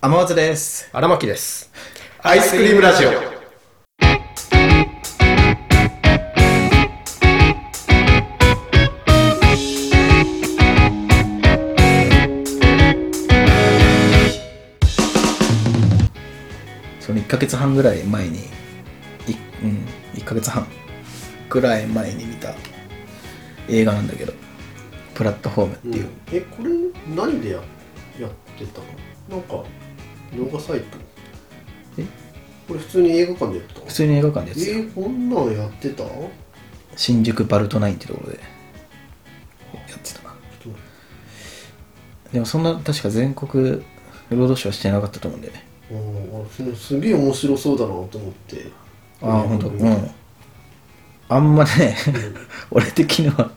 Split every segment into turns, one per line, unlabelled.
天松です。
荒牧です。
アイスクリームラジオ。その1ヶ月半ぐらい前に、いうん、1ヶ月半ぐらい前に見た映画なんだけど、プラットフォームっていう。
えこれ何でややってたのなんか動画サイト
え
これ普通に映画館でやってた
普通に映画館で
え
やつ
ー、こんなんやってたちょ
新宿バルトナインってところでやってたな。
っと待
でもそんな確か全国ロードショーはしてなかったと思うんだよね
ってうんあすすげえ面白そうだなと思って
ああほんと
う
うんんあんまね 俺的には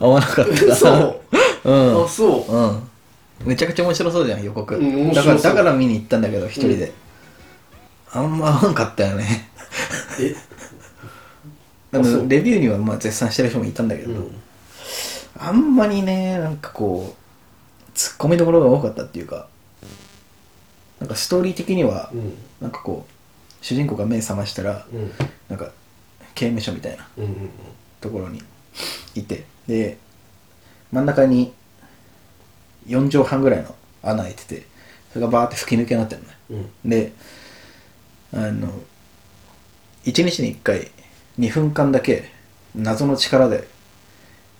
合わなかったな
そうあ
ん
そう
うんめちゃくちゃ面白そうじゃん予告、
うん面白
だ
そ
か
う
らだから見に行ったんだけど一人で、あんま合わんかったよね
え
でも
あそう
レビューにはまあ絶賛してる人もいたんだけど、
うん
あんまりねなんかこうツッコミどころが多かったっていうかなんかストーリー的には
うん
なんかこう主人公が目覚ましたら
うん
なんか刑務所みたいな
うんうん
ところにいてで真ん中に4畳半ぐらいの穴開いててそれがバーって吹き抜けになってるのね
うん
であの1日に1回2分間だけ謎の力で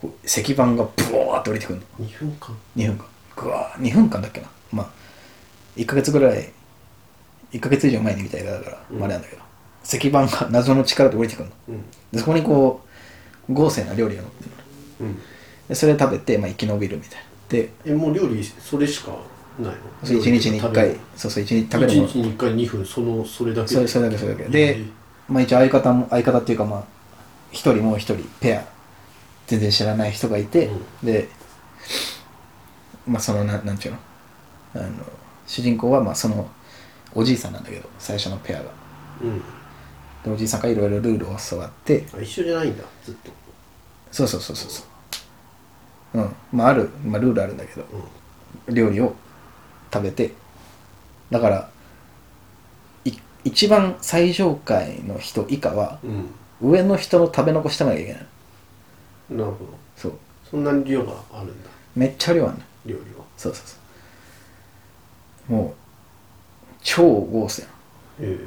こう石板がブワーって降りてくるの
2分間
2分間ぐわー2分間だっけなまあ1ヶ月ぐらい1ヶ月以上前に見た映画だから、
うん
まああれなんだけど石板が謎の力で降りてくるの
うん
でそこにこう豪勢な料理が載ってるの
うん
でそれ食べて、まあ、生き延びるみたいなで
えもう料理それしかないの
そう一日に1回
1
そうそう一日食べるもの
日に1回2分そのそれだけ
それそれだけそれだけで
えー、
まあ、一応相方も相方っていうかまあ一人もう一人ペア全然知らない人がいて、でまあそのななんちゅうのあの主人公はまあそのおじいさんなんだけど最初のペアが
うん
でおじいさんからいろいろルールを教わって
あ一緒じゃないんだずっと
そうそうそうそうそううんまあある、まあ、ルールあるんだけど
う
料理を食べてだからい一番最上階の人以下は
ん、
上の人の食べ残してなきゃいけない
うん、なるほど
そう
そんなに量があるんだ
めっちゃ量あるの
料理は
そうそうそうもう超豪勢な
え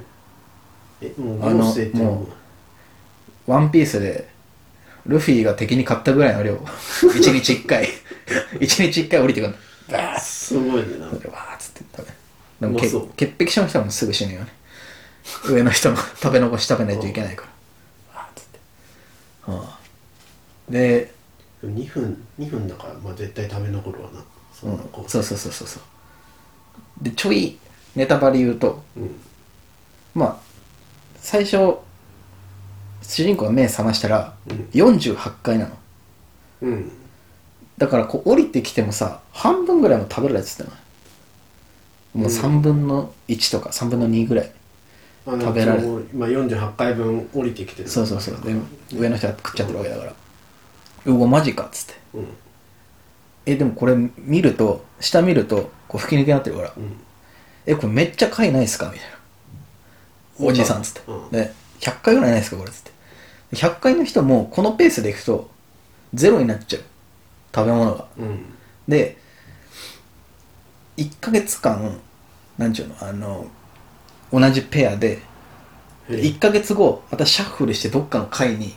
ええも
あ
う
の
合成って
もワンピースでルフィが敵に勝ったぐらいの量一日一回 一日一回降りてくるのバーッ
すごいねなんか
わーっつって食べでも
うま
け
そう
潔癖症の人はもうすぐ死ぬよね上の 人も食べ残し食べないといけないからわーっつって、はあ、で、
2分2分だから、まあ、絶対食べ残るわなそ
うんん
なこ、
そうそうそうそうそうでちょいネタバレ言うと
う、うん、
まあ最初主人公が目覚ましたら
うん
48回なの
うん、
だからこう降りてきてもさ半分ぐらいも食べられてたのよもう3分の1とか3分の2ぐらい
あの
食べられる
もう今48回分降りてきてる
そうそうそうで上の人は食っちゃってるわけだから「うわマジか」っつって
うん
えでもこれ見ると下見るとこう吹き抜けになってるから
うん
「えこれめっちゃ貝ないっすか?」みたいな「おじさん」っつって
う
「
ん
で100回ぐらいないっすかこれ」っつって100回の人もこのペースでいくとゼロになっちゃう食べ物が
うん
で1ヶ月間なんちゅうのあの同じペアで
え
1ヶ月後またシャッフルしてどっかの階に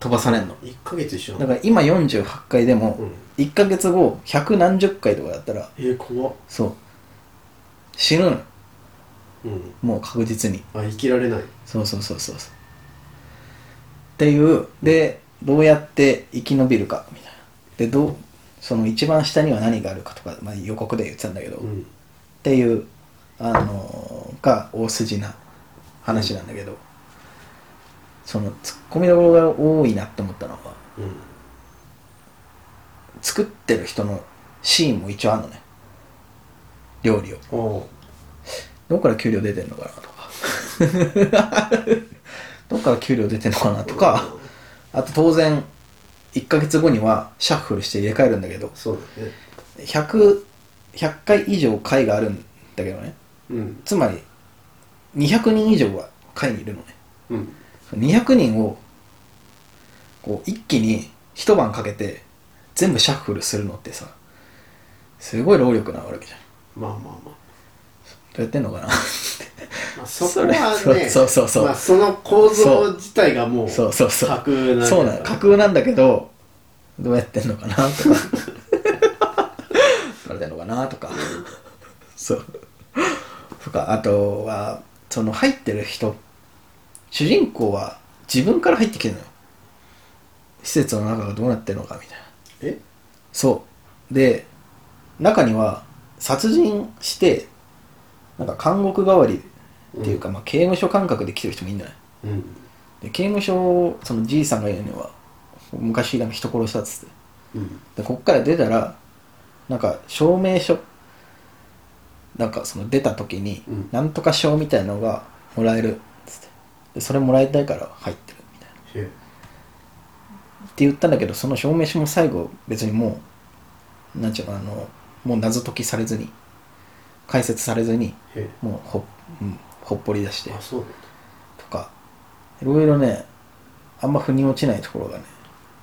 飛ばされんの
一ヶ月一緒な
だ
の
から今48回でも
うん
1ヶ月後100何十回とかだったら
えー、怖っ
そう死ぬの
うん
もう確実に
あ生きられない
そうそうそうそうそうっていうでどうやって生き延びるかみたいなでどうその一番下には何があるかとか、まあ、予告で言ってたんだけど、
う
っ
ん
ていうあのーが大筋な話なんだけど、そのツッコミどころが多いなって思ったのは
うん
作ってる人のシーンも一応あるのね料理を
おう
どっから給料出てんのかなとか どっから給料出てんのかなとかあと当然1ヶ月後にはシャッフルして入れ替えるんだけど
そうだね
100 100回以上会があるんだけどね
うん
つまり200人以上は会にいるのね
うん
200人をこう一気に一晩かけて全部シャッフルするのってさすごい労力なわけじゃん
まあまあまあ
どうやってんのかな
まあそこはね
それそうそうそう
まあ、その構造自体がもう
そうそうそう
架空なんだ
そうなの架空なんだけどどうやってんのかな とかどうやってんのかなとかそうとかあとはその入ってる人主人公は自分から入ってきてるのよ施設の中がどうなってるのかみたいな
え
そうで中には殺人してなんか監獄代わりっていうか、まあ、刑務所感覚で来てる人もいるんじゃない
うん
で刑務所そのじいさんが言うのは昔なんか人殺したっつって
うん
でこっから出たらなんか証明書なんかその出た時に、
うん
なんとか証みたいのがもらえるっつってでそれもらいたいから入ってるみたいな
へ
って言ったんだけどその証明書も最後別にもうなんちゅうのあのもう謎解きされずに解説されずに
えへ
もうほ,、うん、ほっぽり出して
えあそうなんだ
とかいろいろねあんま腑に落ちないところがね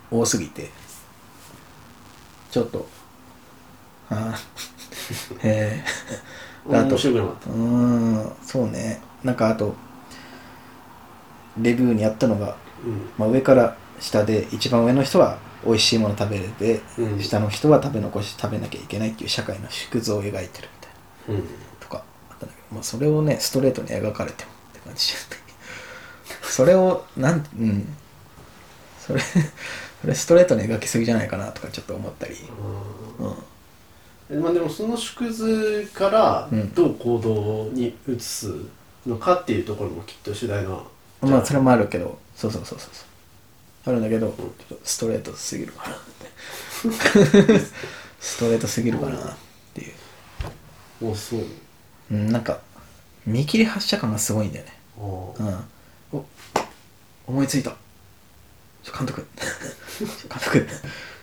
多すぎてちょっとあー へえあと
面白くなかっ
うーんそうねなんかあとレビューにあったのが、
たうん
まあ、上から下で一番上の人は美味しいもの食べれて、
うん
下の人は食べ残し食べなきゃいけないっていう社会の縮図を描いてるみたいな
うん
とかあったんだけど、まあ、それをねストレートに描かれてもって感じじゃないそれをなんうんそれそれストレートに描きすぎじゃないかなとかちょっと思ったりうん
うんまあでもその縮図から
うん
どう行動に移すのかっていうところもきっと主題な
まあそれもあるけどそうそうそうそうそうあるんだけどちょっとストレートすぎる かなってストレートすぎるかなっていう、
もうそう
うん、なんか見切り発車感がすごいんだよね
あー
うん、お思いついたちょ監督 監督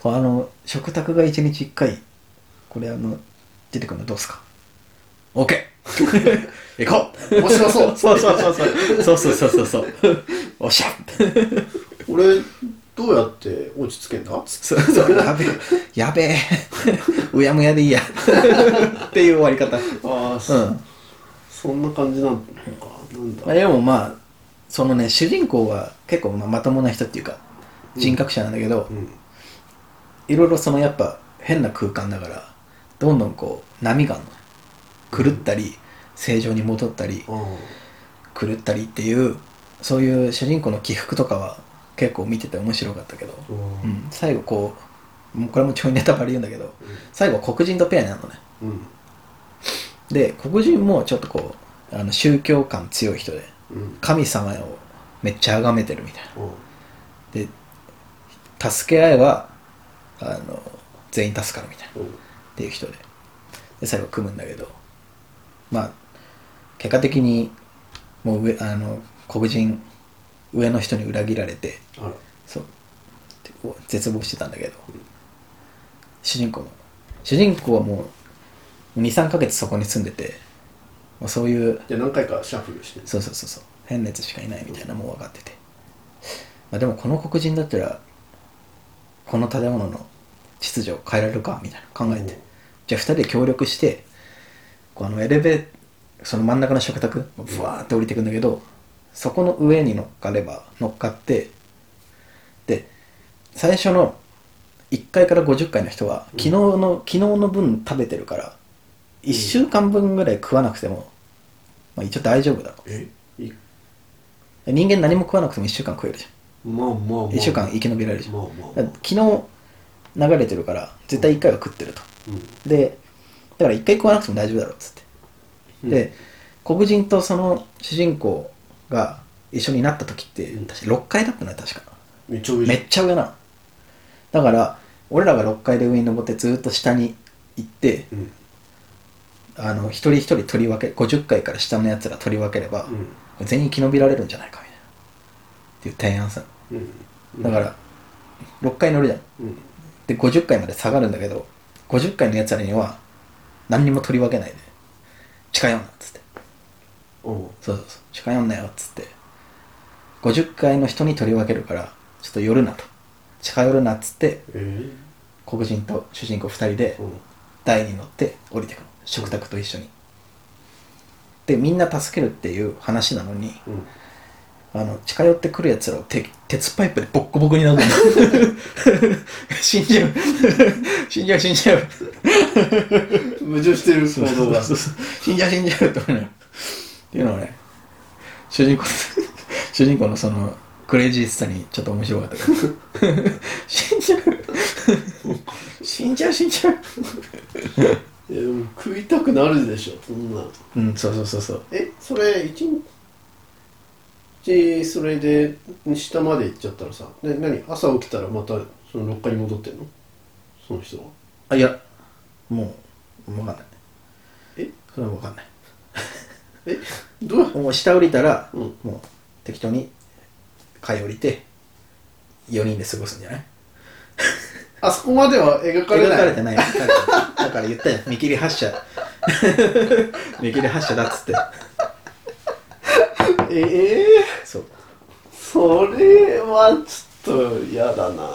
これあの食卓が一日一回これあの出てくるのどうすか OK 行こう
面白そう
そうそうそうそうそうそうそうそうそうおっしゃ
俺どうやって落ち着けんだ
そうそうやべえやべえうやむやでいいやっていう終わり方う
ああ、
ん
そんな感じなのかなんだ
まあ、でもまあそのね主人公は結構まあまともな人っていうか人格者なんだけど、
うん
いろいろそのやっぱ変な空間だからどんどんこう波があんの狂ったり正常に戻ったり
ああ
狂ったりっていうそういう主人公の起伏とかは結構見てて面白かったけど、
うん
うん、最後こうもうこれもちょいネタバレ言うんだけど最後黒人とペアになるのね
うん
で黒人もちょっとこうあの宗教感強い人で
うん
神様をめっちゃ崇めてるみたいな
うん
で助け合えばあの全員助かるみたいなっていう人でで最後組むんだけどまあ結果的にもう上あの黒人上の人に裏切られて
あら
そうでこう絶望してたんだけど主人公も主人公はもう23ヶ月そこに住んでてもうそういう
じゃあ何回かシャッフルしてる
そうそうそうそう変なやつしかいないみたいなもう分かってて、まあ、でもこの黒人だったらこの建物の秩序を変えられるかみたいな考えて、
うん
じゃあ2人で協力してこのエレベーその真ん中の食卓ブワーって降りてくんだけどそこの上に乗っかれば乗っかってで最初の1階から50階の人は昨日の、昨日の分食べてるから1週間分ぐらい食わなくても、まあ、一応大丈夫だろう
えい
人間何も食わなくても1週間食えるじ
まあまあまあ
ゃん1週間生き延びられるじゃん
まあ
だか
まあま
ら
あ
昨日流れてるから絶対1回は食ってると
う
でだから1回食わなくても大丈夫だろうっつって、
ん
で黒人とその主人公が一緒になった時って
うん
確か6階だったな確か
めっちゃ上じ
め
ゃん
っちゃ上なのだから俺らが6階で上に登ってずっと下に行って
うん
あの一人一人取り分け50階から下のやつら取り分ければ、全員生き延びられるんじゃないかみたいなっていう提案さ
うんうん
だから6階乗るじゃん
うん
で50回まで下がるんだけど50回のやつらには何にも取り分けないで近寄んなっつって
おう
そうそうそう近寄んなよっつって50階の人に取り分けるからちょっと寄るなと近寄るなっつって
えー
黒人と主人公2人で
おう
台に乗って降りてくる食卓と一緒にでみんな助けるっていう話なのに
うん
あの近寄ってくるやつらをて鉄パイプでボッコボコに殴る 死んじゃう 死んじゃう死んじゃう
矛盾してる
そう
行
そ
動
う
が
そうそう死んじゃう死んじゃうって思うのよっていうのはね主人公 主人公のそのクレイジーさにちょっと面白かった から死んじゃう死んじゃう死んじゃう
いやでも食いたくなるでしょそんな
うんそうそうそうそう
えそれ一日それで下まで行っちゃったらさで何朝起きたらまたその6階に戻ってんのその人は
あいやもう分かんない
え
それは分かんない
えどうや
もう下降りたら、
うん
もう適当に階降りて4人で過ごすんじゃない
あそこまでは描かれな
描
い
かれてない描かれてないだから言ったよ見切り発車 見切り発車だっつって
ええ
そう
それはちょっと嫌だな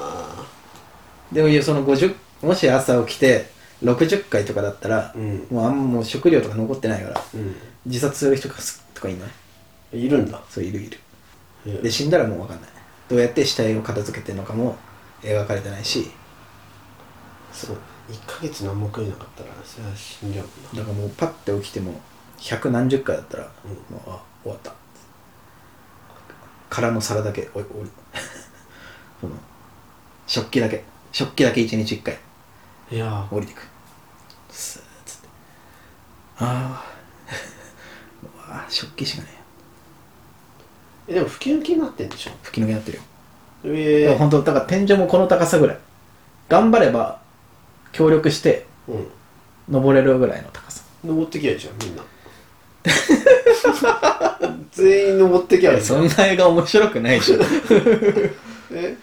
でもいやその50もし朝起きて60回とかだったら、
うん
もうあんまもう食料とか残ってないから
うん
自殺する人とかすとかいない
いるんだ
そういるいるで死んだらもう分かんないどうやって死体を片付けてるのかも描かれてないし
そう1ヶ月何も食えなかったらそれは死んじゃう
だからもうパッて起きても百何十回だったら、
うん
もうあ終わった空の皿だけおいおい その食器だけ食器だけ一日一回
ないや
降りてくスーッつってあ あうわ食器しかねえ
えでも吹き抜けになってんでしょ
吹き抜けになってるよ、
え
でも本当だから天井もこの高さぐらい頑張れば協力して
うん
登れるぐらいの高さ
登ってきゃいいじゃんみんな 全員登ってきゃいいじゃ
そ
ん
んな映画面白くないでしょ だか
え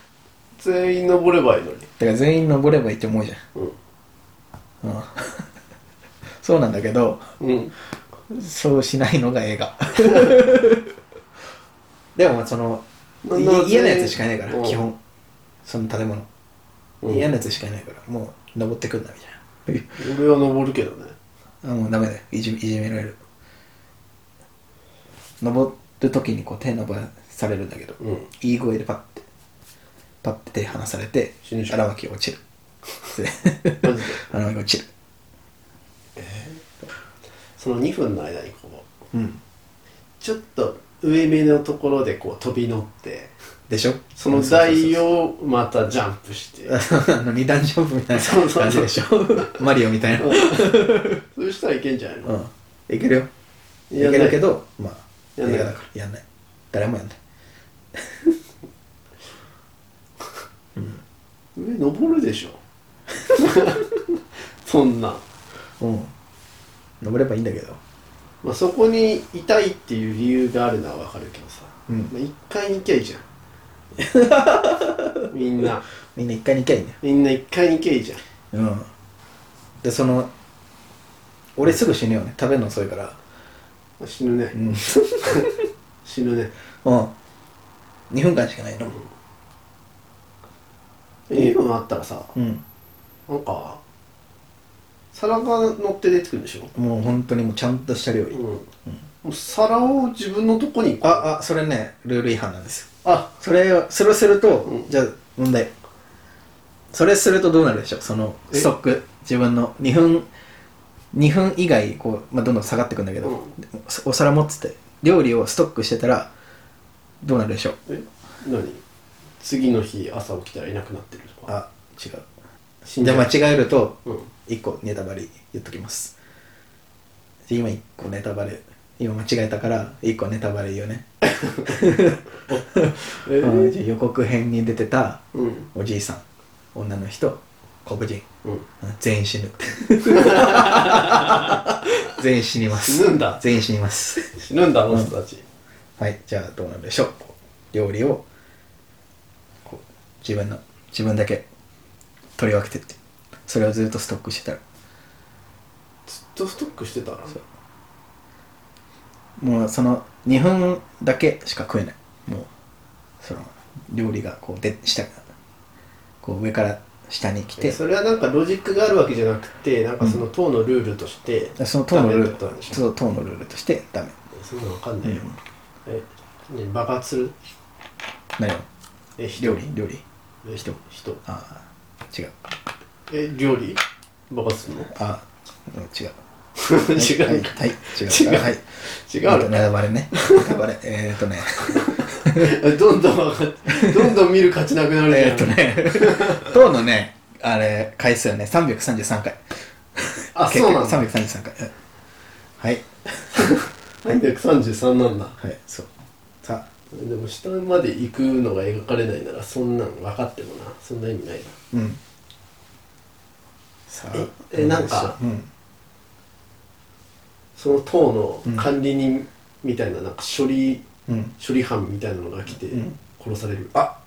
全員登ればいいのに
ら全員登ればいいって思うじゃんうんそうなんだけど
うん、うん、
そうしないのが映 画でもその
ないんなら全員
家のやつしかいないから
うん
基本その建物
うん
家のやつしかいないからもう登ってくんだみたい
俺は登るけどね
なあもうダメだよいじいじめられる登る時にこう手伸ばされるんだけど、
うん
いい声でパッてパッて手離されて
死ぬじゃん
荒脇落 ちる
マジで
荒脇落ちる
その2分の間にこう
うん
ちょっと上目のところでこう飛び乗って
でしょ
その台をまたジャンプして
あの二段ジャンプみたいな感じでしょマリオみたいなうん
そうしたらいけんじゃないの、
いけるよい
や
け
んない
るけどまあ
やんない
映画だからやんない誰もやんない
上登るでしょ そんな、
うん登ればいいんだけど
まあ、そこにいたいっていう理由があるのはわかるけどさ、
うん
まあ、1階に行きゃいいじゃん みんな
みんな一回に行きゃいいんだよ
みんな1階に行きゃいいじゃん
うんでその俺すぐ死ぬよね食べるの遅いから
まあ死ぬね、
うん、うん、
死ぬね
2分間しかないの
2分あったらさ
うん
なんか皿が乗って出てくるんでしょ、
もう本当にもうちゃんとした料理、
うんもう皿を自分のとこにあ
ああそれねルール違反なんですよ
あ
それをそれをすると、
うん
じゃあ問題それするとどうなるでしょうその
え
ストック自分の2分2分以外こう、まあ、どんどん下がってくんだけど、
うん
でお皿持ってて料理をストックしてたらどうなるでしょう
え何次の日朝起きたらいなくなってるとか
あ違う
死ん
じ
じゃ
ゃあ
う
間違えると
うん
1個ネタバレ言っときますで今1個ネタバレ今間違えたから1個ネタバレ言うね、
え
うん
ー
じゃあ予告編に出てた
うん
おじいさん女の人黒人
うん
全員死 ぬ全員死にます
死ぬんだ
全員死にます
死ぬんだあの人たち、
はいじゃあどうなるでしょうこう料理をこう自分の自分だけ取り分けてってそれをずっとストックしてたら
スとストックしてたら
そうもうその2分だけしか食えないもうその料理がこうで下からこう上から下に来
え
て
それはなんかロジックがあるわけじゃなくてなんかその党のルールとして、
その党のル
ダメだったん
ール
でしょ
そう党のルールとしてダメ、
そんなのわかん
う
ないよ、
ん、
えね爆発する
何を
え人
料理料理
え人人
ああ違う
え料理爆発す るの
ああうん違う
違
はい、
う、
はい、違う
違う
はい
違
えっと
うの
ネタバレねネタバレえーっと ね
え どんどんわかっどんどん見る価値なくなるじゃん、
えーっとね党のねあれ回数はね333回
あ
結
そ
局
うなんだ
333回うんはい
333なんだ
はいそうさあ
でも下まで行くのが描かれないならそんなん分かってもなそんな意味ないな
うんさあ
ええなんか
うん
その党の管理人みたいななんか処理、
うん
処理班みたいなのが来て
うん
殺される、あ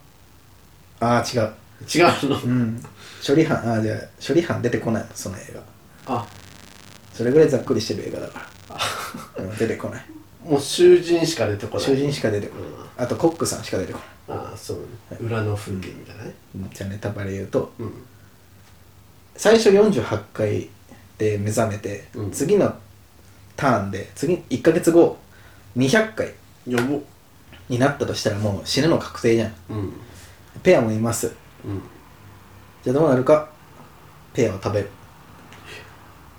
ああ違う
違う の、
うん処理班ああじゃあ処理班出てこないのその映画
あ
それぐらいざっくりしてる映画だ から、うん、出てこない
もう囚人しか出てこない
囚人しか出てこ
う
ない
ん
あとコックさんしか出てこ
ああそう、裏の風景みたいなね
ないじゃあネタバレ言うと
うん
最初48回で目覚めて、
うん
次のターンで次1ヶ月後200回
呼ぼう
になったとしたらもう死ぬの確定じゃん
うん
ペアもいます
うん
じゃあどうなるかペアを食べる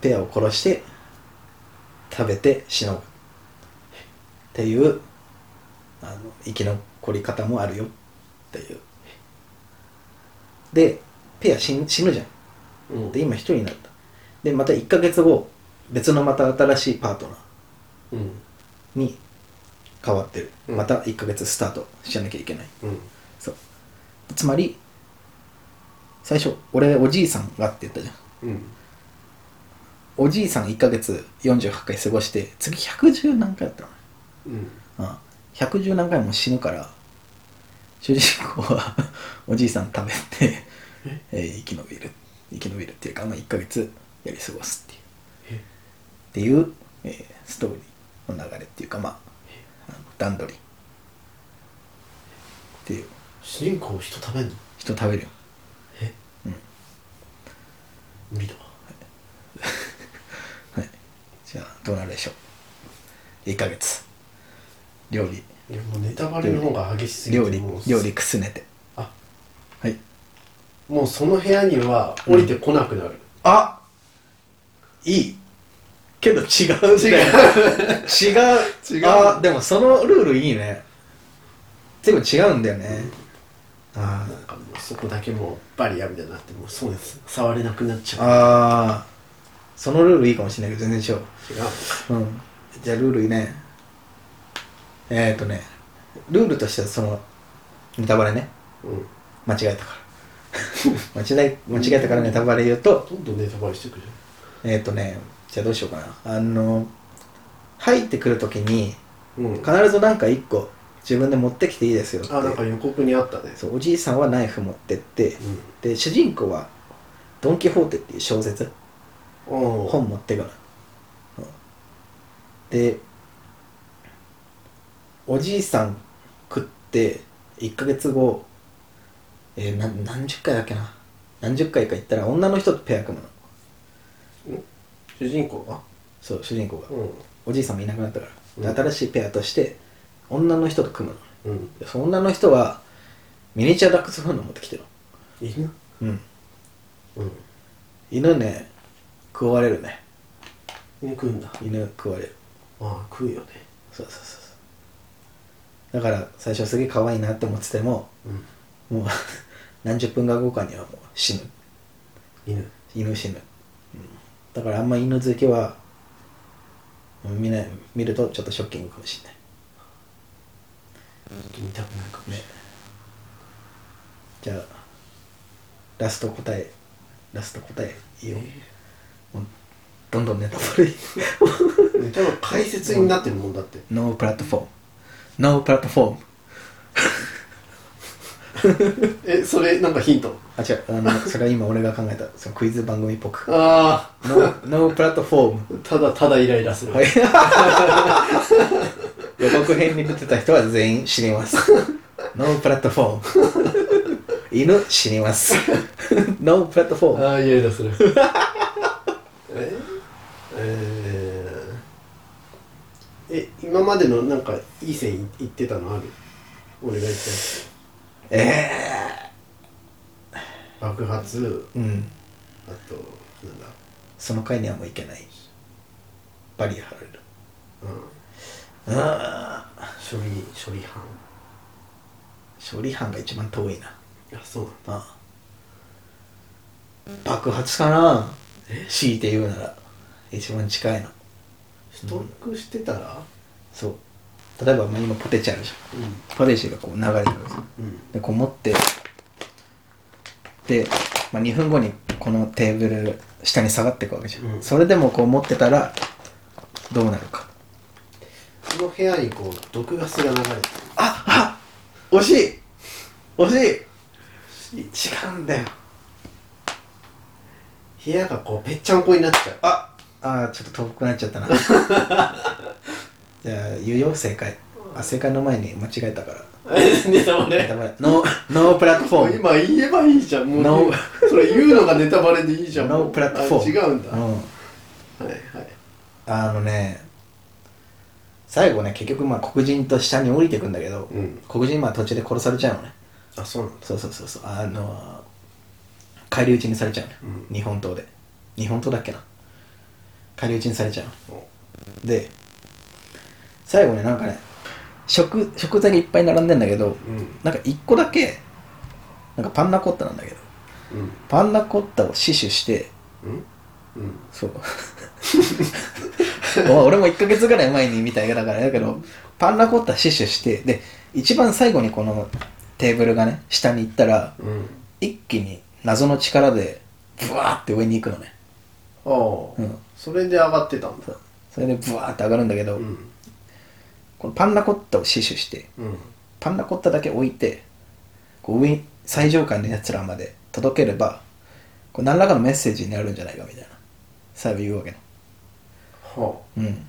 ペアを殺して食べて死のうっていうあの生き残り方もあるよっていうでペア死ん死ぬじゃん
うん
で今一人になったでまた1ヶ月後別のまた新しいパートナー
うん
に変わってる、
うん
また1ヶ月スタートしなきゃいけない
うん
そうつまり最初俺おじいさんがって言ったじゃん
うん
おじいさん1ヶ月48回過ごして次110何回だったの
うん
あ110何回も死ぬから主人公はおじいさん食べて、えー生き延びる生き延びるっていうか、まあ、1ヶ月やり過ごすっていう
え
っていう、えーストーリーの流れっていうかまああの段取りっていう
主人公人食べんの
人食べるよ
え
うん
無理だ
はいじゃあどうなるでしょう1ヶ月料理
いやもうネタバレの方が激しすぎて
料理
もう
料理くすねて
あ
はい
もうその部屋には降りてこなくなる、
あいいけど違う違
違
違う
違う
あでもそのルールいいねでも違うんだよね、あ
なんかもうそこだけもうバリアみたいになってもうそうです触れなくなっち
ー
ゃう
あーそのルールいいかもしれないけど全然違う
違う
うんじゃあルールいいねえっ、ー、とねルールとしてはそのネタバレね
うん
間違えたから 間違え間違えたからネタバレ言うと
どんどんネタバレしてくるじ
えっ、ー、とねじゃあどうしようかなあの入ってくるときに
ゃんうん
必ずなんか1個自分で持ってきていいですよって
あなんか予告にあったね
そうおじいさんはナイフ持ってってで主人公は「ドン・キホーテ」っていう小説
うんお
本持ってくる、うんでおじいさん食って1ヶ月後、えー、な何十回だっけな何十回か行ったら女の人とペア組むの
主人公が
そう主人公が
うん
おじいさんもいなくなったから、
うん
で新しいペアとして女の人と組むの
うん
でその女の人はミニチュアダックスフンド持ってきてる
犬
うん
うん
犬ね食われるね
犬食うんだ
犬食われる
ああ食うよね
そうそうそうそうだから最初すげえ可愛いなって思ってても
うん
もう 何十分か後かにはもう死ぬ
犬
犬死ぬ、うん、だからあんま犬好きは見ない見るとちょっとショッキングかもしれない
ちょっと見たくないかもしれない、
じゃあラスト答えラスト答えいいよ、もうどんどんネタバレ
ネタの解説になってるもんだって
No platform No platform
えそれなんかヒント
あ違うあのそれは今俺が考えたそのクイズ番組っぽく
あ
ノーノープラットフォーム
あただただイライラする、
はい予告編に出てた人は全員死にますノープラットフォーム犬死にますノープラットフォーム
ああイライラする ええーえ今までのなんかいい線いってたのある俺が言ったやつ
ええ
爆発
ー、うん
あとなんだ
その回にはもういけないバリア張れる
うん
ああ
処理処理班
処理班が一番遠いな
あそうなんだ
ああ爆発かな強いて言うなら一番近いの
ストックしてたら
そう例えばまあ今ポテチあるじゃんポテチがこう流れてるんですよ
うんうん
でこう持ってで、まあ、2分後にこのテーブル下に下がっていくわけじゃん、
うん
それでもこう持ってたらどうなるか
この部屋にこう毒ガスが流れてる
ああ惜しい惜しい違うんだよ
部屋がこうぺっちゃんこになっちゃう
ああーちょっと遠くなっちゃった なじゃあ言うよ正解あ正解の前に間違えたから
えネタバ
ネタバレノーノープラットフォーム
今言えばいいじゃんもう、
No
それ言うのがネタバレでいいじゃん
ノープラットフォーム
あ違うんだ、はい
うん
はい
あのね最後ね結局まあ黒人と下に降りてくんだけど、
うん
黒人まあ途中で殺されちゃうのね
あそうなんだ
そうそうそうそうあのー返り討ちにされちゃうのよ、
うん
日本刀で日本刀だっけな返り討ちにされちゃうので最後ねなんかね食食材がいっぱい並んでんだけど
うん
なんか一個だけなんかパンナコッタなんだけど
うん
パンナコッタを死守して
うんうん
そう お俺も1ヶ月ぐらい前に見た映画だからだけどパンナコッタ死守してで一番最後にこのテーブルがね下に行ったら
うん
一気に謎の力でブワーって上に行くのね、
ああ、
うん、
それで上がってたんだ
それでブワーって上がるんだけど、
うん
このパンナコッタを死守して
うん
パンナコッタだけ置いてこう上に最上階のやつらまで届ければこう何らかのメッセージになるんじゃないかみたいな最後言うわけね
は
うん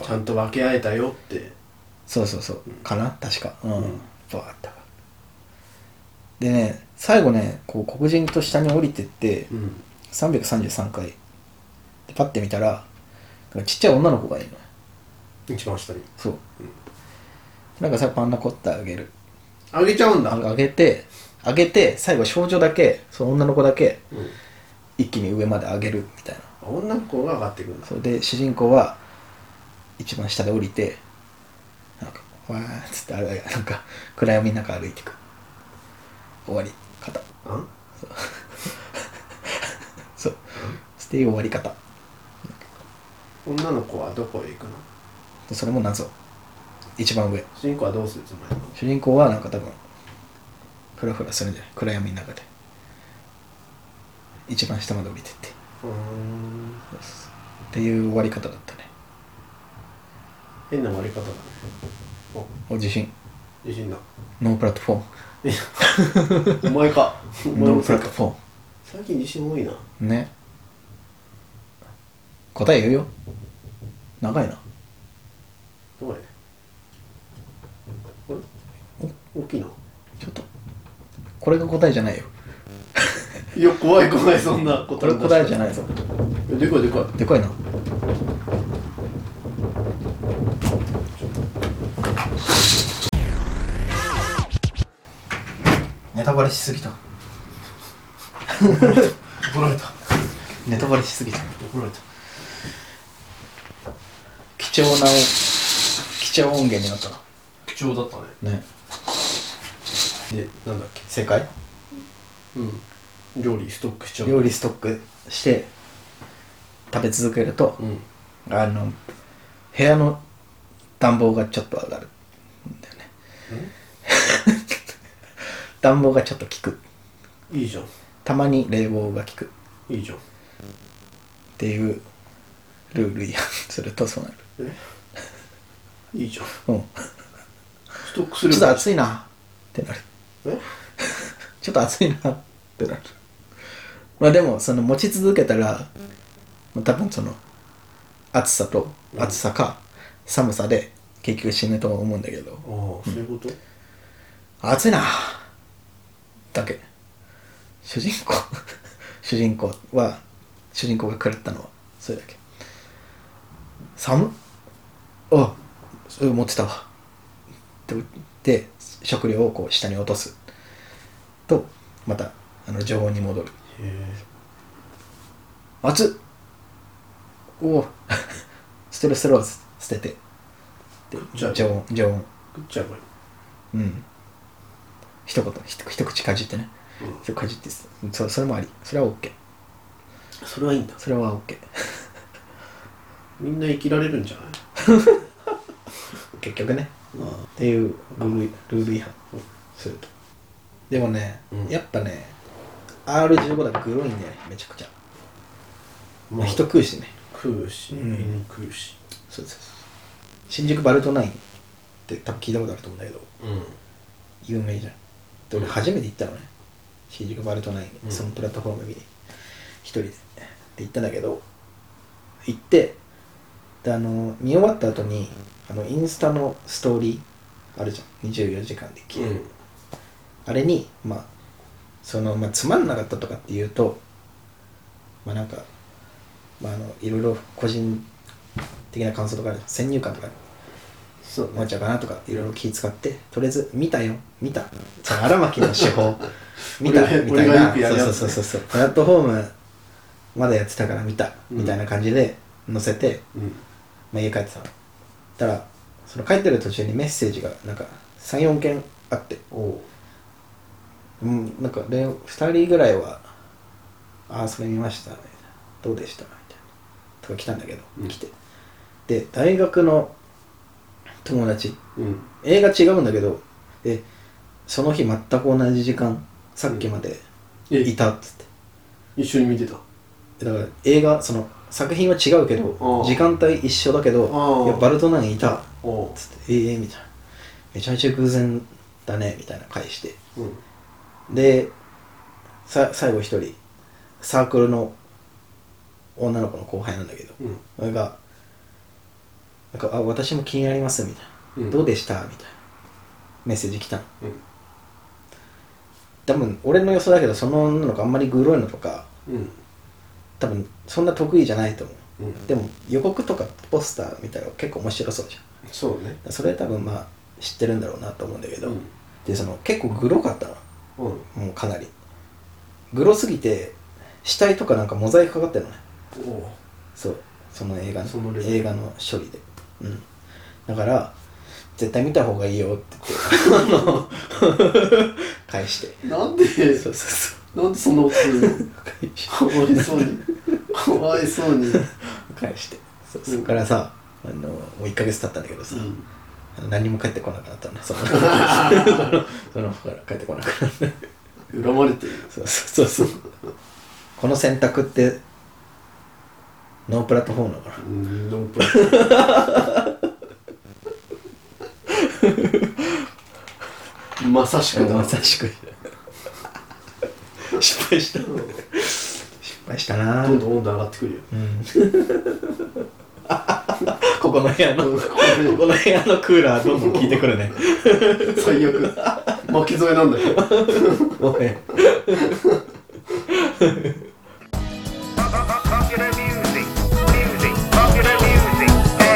あちゃんと分け合えたよって
そうそうそうかな確かうん、
うん
バーッとでね最後ねこう黒人と下に降りてって
うん
333回でパッて見たらなんかちっちゃい女の子がいるのよ
一番下に
そう、なんかさパンナコッタあげる
上げちゃうんだ
ああげてあげて最後少女だけその女の子だけ
うん
一気に上まで上げるみたいな
あ女の子が上がってくるんだ
それで主人公は一番下で降りてなんかわーっつってあれなんか暗闇の中歩いてく終わり方
あ
そうっていう終わり方
女の子はどこへ行くの
でそれも謎一番上
主人公はどうするつもりなの
主人公はなんか多分フラフラするんじゃない暗闇の中で一番下まで降りてって
うーん
そうそうっていう終わり方だったね
変な割り方だねお
お自信
自信だ
ノープラットフォー
いや お前かお
ム
前
ノー
も
プ
そ
ラ
う
ット
か
フォーム
最近自信多いな
ね答え言うよ長いな
どれこれお大きいな
ちょっとこれが答えじゃないよ
いや怖い怖いそんな
これ答えじゃ
ない
ないぞ
やでかいでかい
でかいなネタバレしすぎた
怒られた
ネタバレしすぎた
怒られた
貴重な貴重音源になった
貴重だったね
なね
でなんだっけ
正解
うん料理ストックしちゃう
料理ストックして食べ続けると
うん
あの部屋の暖房がちょっと上がるんだよね 暖房がちょっと効く
いいじゃん
たまに冷房が効くっ
いいじゃん
ていうルール違反するとそうなる
えいいじゃん
うん
ストックす
ちょ
れ
っと
ば
暑いなってなる
え
ちょっと暑いなってなるまあでもその持ち続けたらまあ多分その暑さと
うん
暑さか寒さで結局死ぬと思うんだけど
ああそういうこと、
暑いなだけ主人公 主人公は主人公が食らったのはそれだけ寒っあそれ持ってたわって言って食料をこう下に落とすとまたあの常温に戻る
へえ
熱っお おステルスローズ捨ててで
じゃあ
常温常温
食っちゃえばいい
うん一言ひと一口かじってね
うん
一口かじってすそそれもありそれは OK
それはいいんだ
それは OK
みんな生きられるんじゃない
結局ね
あ
っていうルールルール違反をするとでもね、
うん
やっぱね R15 だからグロいんだよねめちゃくちゃ、
まあ
人食うしね
食うし、
うん
犬食うし
そうそうそう新宿バルトナインって多分聞いたことあると思うんだけど
うん
有名じゃんで俺初めて行ったのね新宿バルトナイン
うん
そのプラットフォームに一人でで行ったんだけど行ってであの見終わった後にあのインスタのストーリーあるじゃん24時間で消える、あれにまあその、まあ、つまんなかったとかっていうとまあなんか、まあ、あのいろいろ個人的な感想とかあるじゃん先入観とか
そう
なっちゃうかなとかいろいろ気使ってとりあえず見たよ見たその荒牧の手 法見たみたい
俺が俺がよ
な
くやるやつ
そう
ね
そうそうそうプラットフォームまだやってたから見た、
うん
みたいな感じで載せて、
うん
まあ、家帰ってたのたらその帰ってる途中にメッセージがなんか34件あって
おう
うんなんかで2人ぐらいは「ああそれ見ました」みたいな「どうでした?」みたいなとか来たんだけど、
うん
来てで大学の友達
うん
映画違うんだけどえその日全く同じ時間さっきまで
え
いたっつって、
一緒に見てた
だから映画その作品は違うけ
あ
ど
あ
時間帯一緒だけ
あ
ど
あ
いやバルトナインいたっ
おう
つってええみたいなめちゃめちゃ偶然だねみたいな返して
うん
でさ最後一人サークルの女の子の後輩なんだけど
うん
それがなんかあ私も気になりますみたいな、
うん
どうでしたみたいなメッセージ来たの
うん
多分俺の予想だけどその女の子あんまりグロいのとか
うん
多分そんな得意じゃないと思う
うん
でも予告とかポスター見たら結構面白そうじゃ
そうね
んそれ多分まあ知ってるんだろうなと思うんだけど、
うん
でその結構グロかったの
うん
もうかなりグロすぎて死体とかなんかモザイクかかってるのね
おう
そうその映画の
そのレベル
映画の処理でうんだから絶対見た方がいいよって言ってあの返して
なんで
そうそうそう
なんでそんなことするの
返して
かわいそうにかわいそうに
返してそ
ん
そっからさあのもう1ヶ月経ったんだけどさ、
うん
あの何も帰ってこなくなったんだそのその子から帰ってこなくなった
恨まれてる
そうそうそうそうこの選択ってノープラットフォームだから
うんノープランまさしくだ
まさ しく失敗した失敗したな
どんどん温度上がってくるよ
うんここの部屋のここの部屋のクーラーどんどん効いてくるね
最悪負け添えなんだよ
ごめん